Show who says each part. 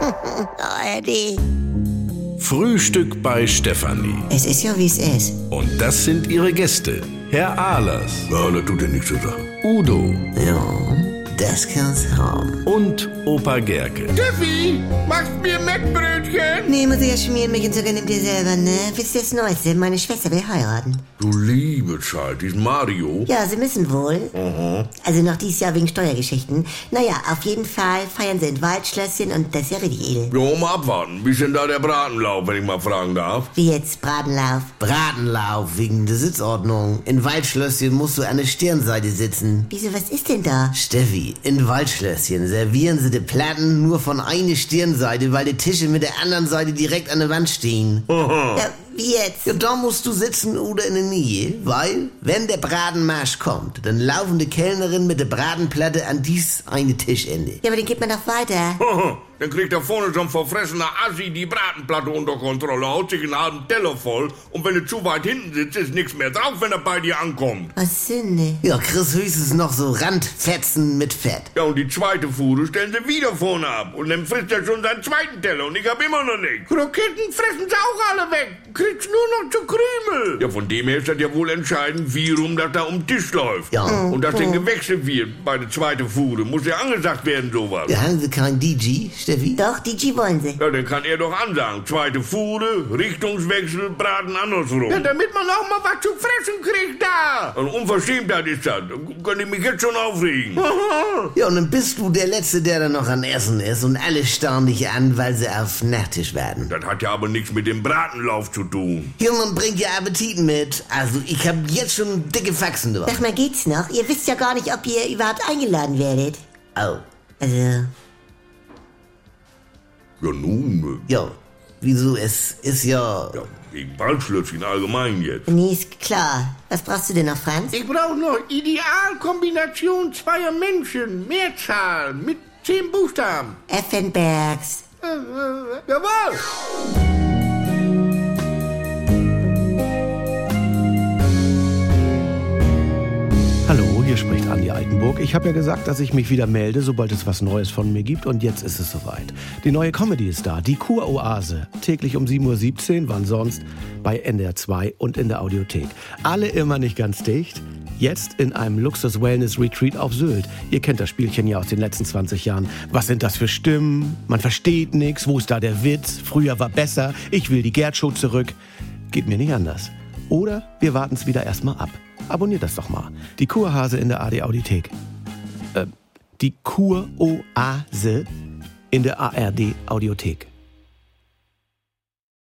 Speaker 1: Oh, Eddie.
Speaker 2: Frühstück bei Stefanie.
Speaker 1: Es ist ja, wie es ist.
Speaker 2: Und das sind ihre Gäste. Herr Ahlers,
Speaker 3: Ja, das tut ja nichts zur Sache.
Speaker 2: Udo
Speaker 1: Ja, das kann's haben.
Speaker 2: und Opa Gerke.
Speaker 4: Steffi, machst mir Meckbrötchen?
Speaker 1: Nee, muss ich ja schmieren, mich und sogar nimmt ihr selber, ne? Wisst ihr das Neueste? Meine Schwester will heiraten.
Speaker 3: Du liebe Zeit, diesen Mario.
Speaker 1: Ja, sie müssen wohl. Also noch dieses Jahr wegen Steuergeschichten. Naja, auf jeden Fall feiern sie in Waldschlösschen und das ist ja richtig edel.
Speaker 3: Ja, mal abwarten. Wie ist denn da der Bratenlauf, wenn ich mal fragen darf?
Speaker 1: Wie jetzt Bratenlauf.
Speaker 5: Bratenlauf wegen der Sitzordnung. In Waldschlösschen musst du an der Stirnseite sitzen.
Speaker 1: Wieso, was ist denn da?
Speaker 5: Steffi, in Waldschlösschen servieren sie die Platten nur von einer Stirnseite, weil die Tische mit der anderen Seite direkt an der Wand stehen.
Speaker 1: Ja, wie jetzt?
Speaker 5: Ja, da musst du sitzen oder in der Nähe, weil, wenn der Bratenmarsch kommt, dann laufen die Kellnerin mit der Bratenplatte an dies eine Tischende.
Speaker 1: Ja, aber den geht man doch weiter.
Speaker 3: Hm, Dann kriegt da vorne so ein verfressener Assi die Bratenplatte unter Kontrolle, haut sich einen halben Teller voll und wenn du zu weit hinten sitzt, ist nichts mehr drauf, wenn er bei dir ankommt.
Speaker 1: Was Sünde.
Speaker 5: Ja, Chris höchstens noch so Randfetzen mit Fett.
Speaker 3: Ja, und die zweite Fuhre stellen sie wieder vorne ab und dann frisst er schon seinen zweiten Teller und ich hab immer noch nichts.
Speaker 4: Kroketten fressen sie auch alle weg. Kriegst nur noch zu Krümel.
Speaker 3: Ja, von dem her ist das ja wohl entscheidend, wie rum das da um den Tisch läuft.
Speaker 5: Ja.
Speaker 3: Und dass denn gewechselt wird bei der zweiten Fuhre, muss ja angesagt werden, sowas.
Speaker 5: Da haben sie kein DJ, Steffi.
Speaker 1: Doch, DJ wollen sie.
Speaker 3: Ja, dann kann er doch ansagen. Zweite Fuhre, Richtungswechsel, Braten andersrum.
Speaker 4: Ja, damit man auch mal was zu fressen kriegt da.
Speaker 3: Eine Unverschämtheit ist das. Da Könnte ich mich jetzt schon aufregen.
Speaker 4: Hm.
Speaker 5: Ja, und dann bist du der Letzte, der dann noch an Essen ist und alle starren dich an, weil sie auf Nachtisch werden.
Speaker 3: Das hat ja aber nichts mit dem Bratenlauf zu tun.
Speaker 5: Junge, man bringt ja Appetit mit. Also, ich hab jetzt schon dicke Faxen drauf.
Speaker 1: Sag mal, geht's noch? Ihr wisst ja gar nicht, ob ihr überhaupt eingeladen werdet.
Speaker 5: Oh,
Speaker 1: Also,
Speaker 3: Ja, nun,
Speaker 5: jo. Wieso, es ist ja...
Speaker 3: äh, ja, wegen Waldschlösschen allgemein jetzt.
Speaker 1: nee, ist klar. Was brauchst du denn noch, Franz?
Speaker 4: Ich brauche noch Idealkombination zweier Menschen, Mehrzahl, mit zehn Buchstaben.
Speaker 1: Effenbergs.
Speaker 4: Äh, äh, jawohl.
Speaker 6: Hallo, hier spricht Andi Altenburg. Ich habe ja gesagt, dass ich mich wieder melde, sobald es was Neues von mir gibt. Und jetzt ist es soweit. Die neue Comedy ist da, die Kuroase. Täglich um 7.17 Uhr, wann sonst, bei NDR 2 und in der Audiothek. Alle immer nicht ganz dicht. Jetzt in einem Luxus-Wellness-Retreat auf Sylt. Ihr kennt das Spielchen ja aus den letzten 20 Jahren. Was sind das für Stimmen? Man versteht nichts. Wo ist da der Witz? Früher war besser. Ich will die Gerd-Show zurück. Geht mir nicht anders. Oder wir warten es wieder erstmal ab. Abonniert das doch mal. Die Kurhase in der AD Audiothek. Äh, die Kuroase in der ARD Audiothek.